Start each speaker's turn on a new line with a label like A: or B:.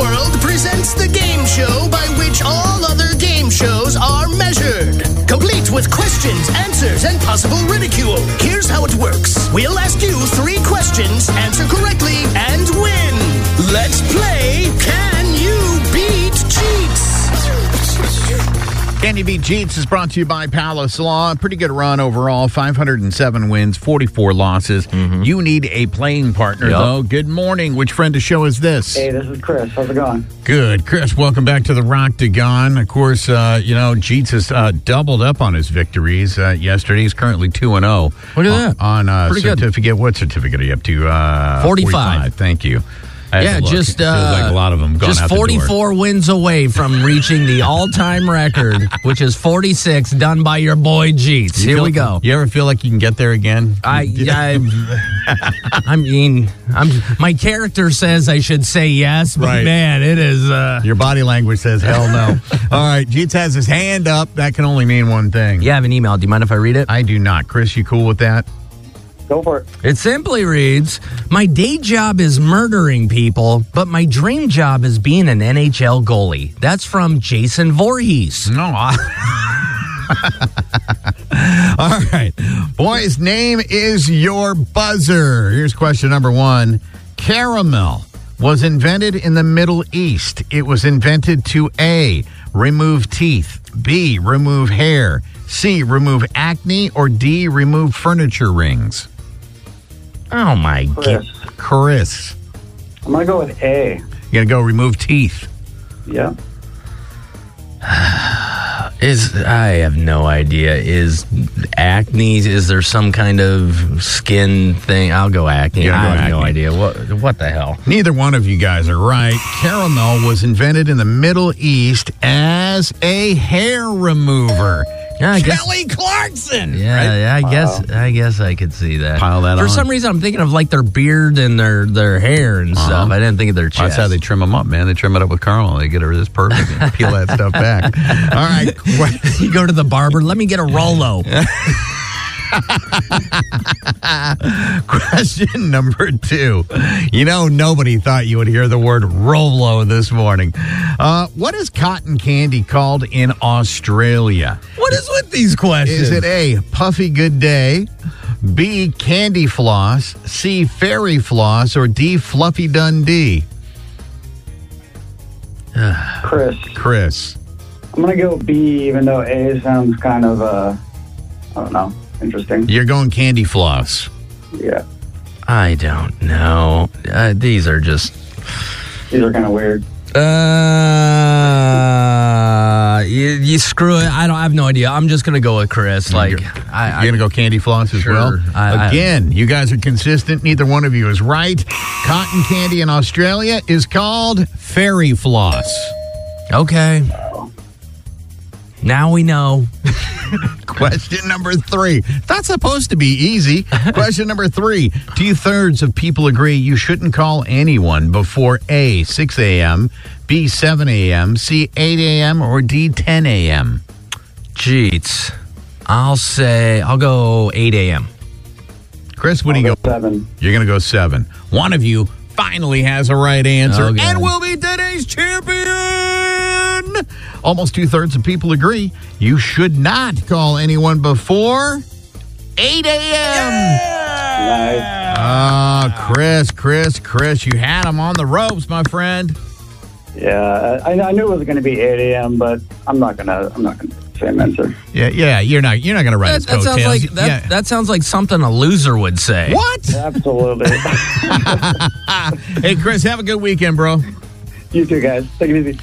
A: World presents the game show by which all other game shows are measured. Complete with questions, answers, and possible ridicule. Here's how it works We'll ask you three questions, answer correctly, and win. Let's play Can You Beat Cheats?
B: Can You Beat Jeets is brought to you by Palace Law. Pretty good run overall. 507 wins, 44 losses.
C: Mm-hmm.
B: You need a playing partner,
C: Yep.
B: though. Good morning. Which friend to show is this?
D: Hey, this is Chris. How's it going?
B: Good. Chris, welcome back to the Rock to Gone. Of course, uh, you know, Jeets has uh, doubled up on his victories uh, yesterday. He's currently 2 and 0.
C: Look at that.
B: On uh,
C: Pretty good.
B: certificate. What certificate are you up to? Uh,
C: 45.
B: Thank you. I had
C: Yeah,
B: to look.
C: just
B: It feels
C: uh,
B: like a lot of them gone
C: just
B: out the door.
C: 44 wins away from reaching the all-time record, which is 46, done by your boy Jeets.
B: You
C: Here
B: feel-
C: we go.
B: You ever feel like you can get there again?
C: I, I, I mean, I'm, my character says I should say yes, but
B: Right.
C: man, it is. Uh,
B: Your body language says hell no. All right, Jeets has his hand up. That can only mean one thing.
C: you have an email. Do you mind if I read it?
B: I do not. Chris, you cool with that?
D: Go for it.
C: It simply reads My day job is murdering people, but my dream job is being an NHL goalie. That's from Jason Voorhees.
B: No. I- All right. Boy's name is your buzzer. Here's question number one Caramel was invented in the Middle East. It was invented to A, remove teeth, B, remove hair, C, remove acne, or D, remove furniture rings.
C: Oh my
D: Chris.
C: god.
B: Chris,
D: I'm going to go with A.
B: you got to go remove teeth.
D: Yeah.
C: Is I have no idea. Is acne is there some kind of skin thing? I'll go acne.
B: Yeah, go
C: I have no
B: acne.
C: idea. What what the hell?
B: Neither one of you guys are right. Caramel was invented in the Middle East as a hair remover.
C: Yeah, I guess
B: Kelly Clarkson.
C: Yeah, yeah, I guess I guess I could see that.
B: Pile that
C: For
B: on.
C: some reason I'm thinking of like their beard and their their hair and stuff. I didn't think of their chest.
B: Uh-huh. That's how they trim them up, man. They trim it up with caramel. They get it this perfect and peel that stuff back. All right. que-
C: you go to the barber, let me get a Rolo.
B: Question number two. You know, nobody thought you would hear the word Rolo this morning. Uh, what is cotton candy called in Australia?
C: What is with these questions?
B: Is it A, Puffy Good Day, B, Candy Floss, C, Fairy Floss, or D, Fluffy Dundee?
D: Chris.
B: Chris.
D: I'm going to go B, even though A sounds kind of, uh, I don't know, interesting.
B: You're going Candy Floss.
D: Yeah.
C: I don't know. Uh, these are just.
D: These are kind of weird.
C: Uh, you, you screw it. I don't. I have no idea. I'm just gonna go with Chris. Like, I,
B: You're going to go Candy Floss as
C: Sure.
B: well?
C: I- I-
B: Again, you guys are consistent. Neither one of you is right. Cotton candy in Australia is called Fairy Floss.
C: I okay. Now we know.
B: Question number three. That's supposed to be easy. Question number three. Two thirds of people agree you shouldn't call anyone before A, 6 a.m., B, 7 a.m., C, 8 a.m., or D, 10 a.m.
C: Jeets. I'll say I'll go 8 a.m.
B: Chris, what do you go?
D: Seven.
B: You're going to go 7. One of you finally has a right answer
C: Oh, God.
B: and will be today's champion. Almost two thirds of people agree you should not call anyone before 8 a.m.
D: Nice.
B: Ah, Chris, Chris, Chris, you had him on the ropes, my friend.
D: Yeah. I, I knew it was going to be 8 a.m., but I'm not going to, I'm not going to say an answer.
B: Yeah, yeah, you're not, you're not gonna run
C: That,
B: his
C: that sounds
B: coattails.
C: like that,
B: Yeah.
C: that sounds like something a loser would say.
B: What?
D: Absolutely.
B: hey, Chris, have a good weekend, bro.
D: you too, guys. Take it easy.